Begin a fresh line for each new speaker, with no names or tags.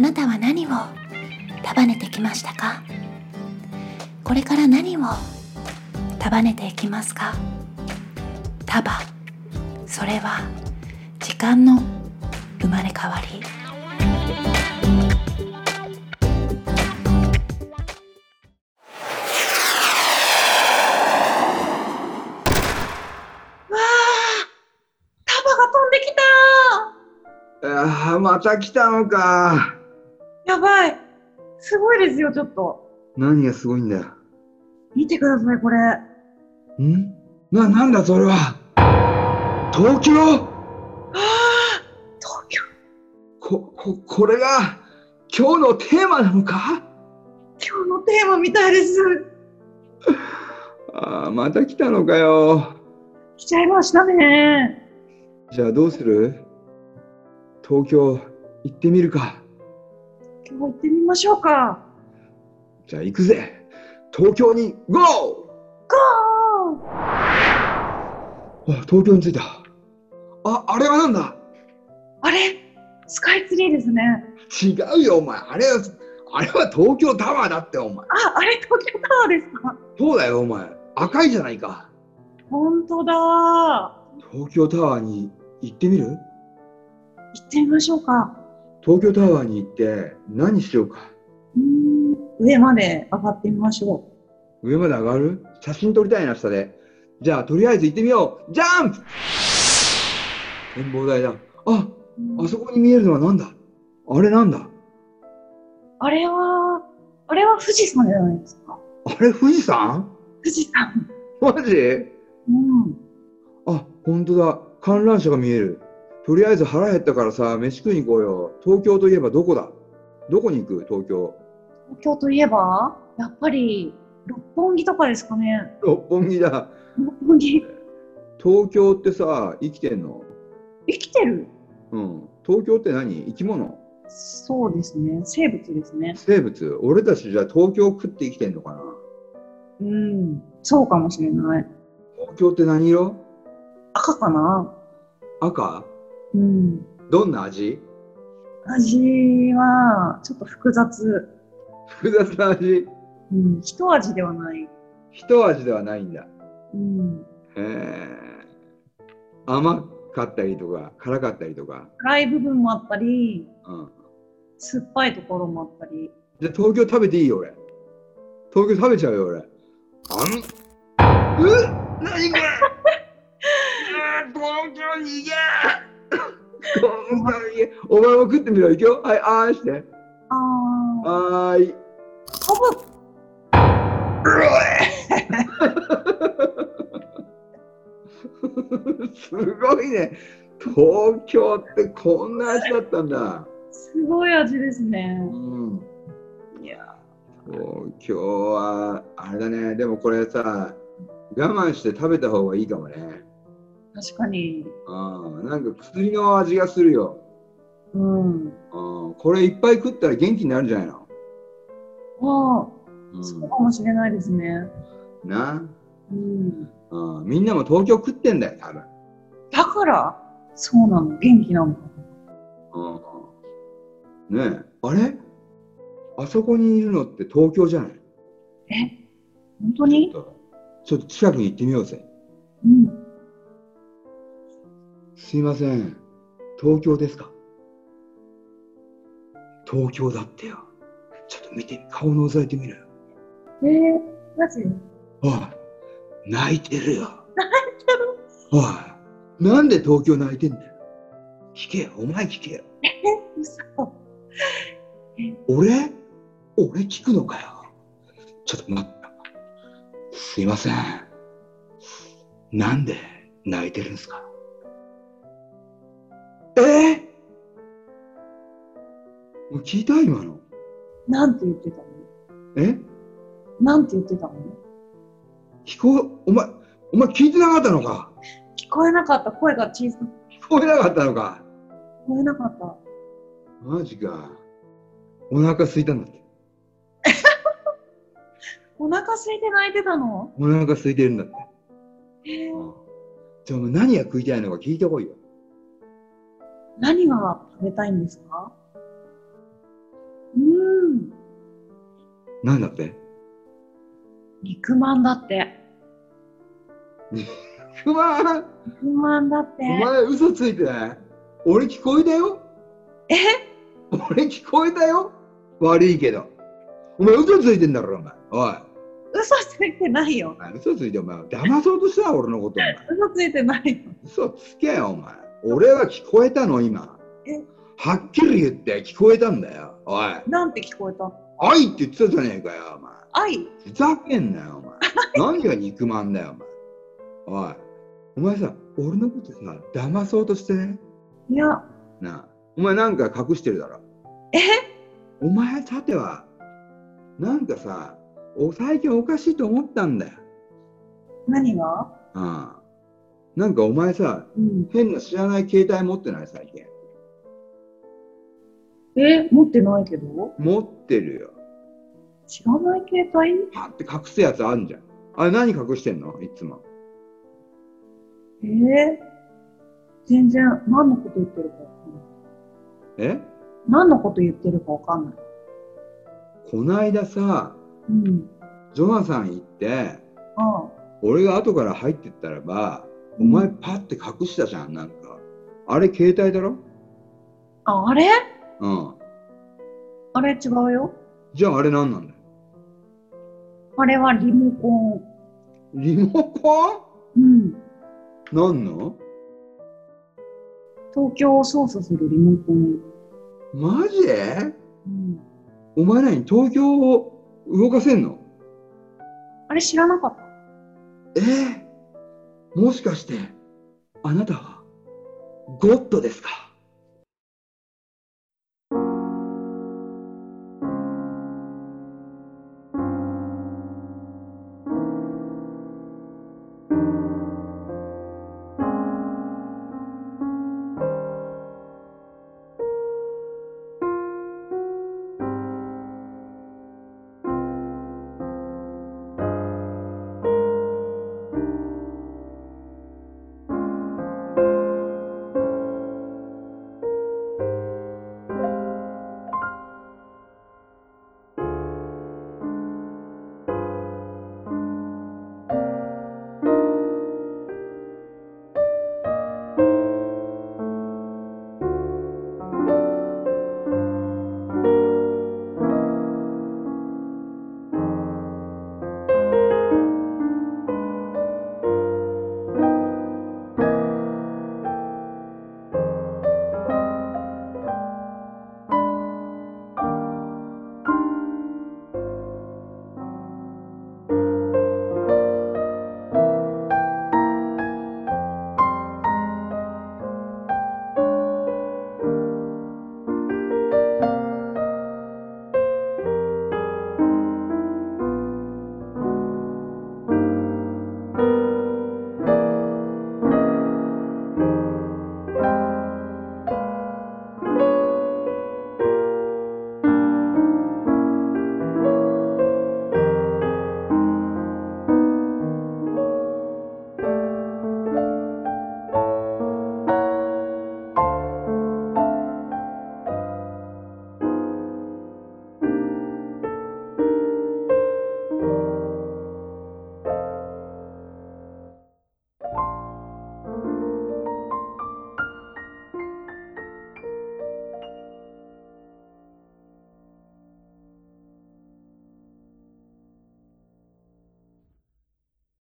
なたは何を束ねてきましたかこれから何を束ねていきますか束それは時間の生まれ変わり
束が飛んできた
ああ、また来たのか。
やばいすごいですよ、ちょっと。
何がすごいんだよ。
見てください、これ。
んな、なんだそれは。東京
東京、
こ、こ、これが今日のテーマなのか
今日のテーマみたいです。
ああ、また来たのかよ。
来ちゃいましたね。
じゃあどうする東京行ってみるか。
今日行ってみましょうか。
じゃあ行くぜ。東京に
ゴ
GO!
ー
あ、東京に着いた。あ、あれはなんだ
あれスカイツリーですね。
違うよ、お前。あれは、あれは東京タワーだって、お前。
あ、あれ東京タワーですか
そうだよ、お前。赤いじゃないか。
本当だ行
東京タワーに行ってみる
ってみましょうか。
東京タワーに行って何しようか
うーん上まで上がってみましょう。
上まで上がる写真撮りたいな下でじゃあとりあえず行ってみようジャンプ展望台だああそこに見えるのは何だあれなんだ
あれは、あれは富士山じゃないですか。
あれ富士山
富士山。
マジ
うん。
あ本当だ観覧車が見えるとりあえず腹減ったからさ飯食いに行こうよ東京といえばどこだどこに行く東京
東京といえば、やっぱり、六本木とかですかね。
六本木だ
六本木。
東京ってさ生きてんの
生きてる
うん東京って何生き物
そうですね。生物ですね。
生物俺たちじゃあ東京食って生きてんのかな
うん。そうかもしれない。
東京って何色
赤かな
赤
うん。
どんな味
味は、ちょっと複雑。
複雑な味
うん。一味ではない。
一味ではないんだ
うん。
へえ甘かったりとか辛かったりとか、
辛い部分もあったり、
うん、
酸っぱいところもあったり。
じゃあ東京食べていいよ俺東京食べちゃうよ俺あんうっ何これ うっ東京に行け東京に行け お前も食ってみろ行くよはいあーして
あー。
はーい
ほぼ
すごいね。東京ってこんな味だったんだ。
すごい味ですね。
うん。
いや
東京は、あれだね。でもこれさ、我慢して食べた方がいいかもね。
確かに。
うん。なんか薬の味がするよ。
うん。
うん。これいっぱい食ったら元気になるんじゃないの
あ
う
あ、そうんかもしれないですね。。
な
うん。
うん。みんなも東京食ってんだよ、多分。
だから、そうなの。元気なの。
うん。ねえ。あれあそこにいるのって東京じゃない
本当に
ちょっとちょっと近くに行ってみようぜ。
うん。
すいません。東京ですか東京だってよ。ちょっと見て、顔のぞいてみろよ。
えー、マジ
おい、泣いてるよ。おい、なんで東京泣いてんだよ。聞けよ、お前聞けよ。
嘘。
俺俺聞くのかよ。ちょっと待って。すいません。なんで泣いてるんですかえー、もう聞いた今の。
なんて言ってたの
え
なんて言ってたの
聞こお前、お前聞いてなかったのか
聞こえなかった。声が小さく
聞こえなかったのか
聞こえなかった。
マジか。お腹空いたんだって。
お腹空いて泣いてたの
お腹空いてるんだって。
えー、
じゃあお前何が食いたいのか聞いてこいよ。
何が食べたいんですか
なんだって
肉まんだって。
うまー
肉まんだって。
お前嘘ついてない俺聞こえたよ
え
俺聞こえたよ悪いけどお前嘘ついてんだろお前おい
嘘ついてないよ
お。前嘘ついてお前騙そうとした俺のことお前
嘘ついてないよ。
嘘つけよお前俺は聞こえたの今
え
はっきり言って聞こえたんだよおい
なんて聞こえた
おいって言ってたじゃねえかよお前
愛
ふざけんなよお 前何が肉まんだよお前おいお前さ俺のことさ騙そうとしてね
いや、
なあお前なんか隠してるだろ
え
お前さてはなんかさお最近おかしいと思ったんだよ
何が
ああなんかお前さ
うん。
変な知らない携帯持ってない最近
え、持ってないけど
持ってるよ
知らない携帯
パって隠すやつあんじゃんあれ何隠してんのいつも
えー、全然何のこと言ってるかわかんない。
え
何のこと言ってるかわかんない。
こないださ
うん。
ジョナサン行って
あ
俺が後から入ってったらばお前パって隠したじゃんなんかあれ携帯だろ
あ。あ、あれ
うん
あれ違うよ。
じゃああれ何なんだよ
あれはリモコン。
リモコン
うん。
なんの
東京を操作するリモコン。
マジ
うん。
お前何東京を動かせんの
あれ知らなかった。
ええもしかしてあなたはゴッドですか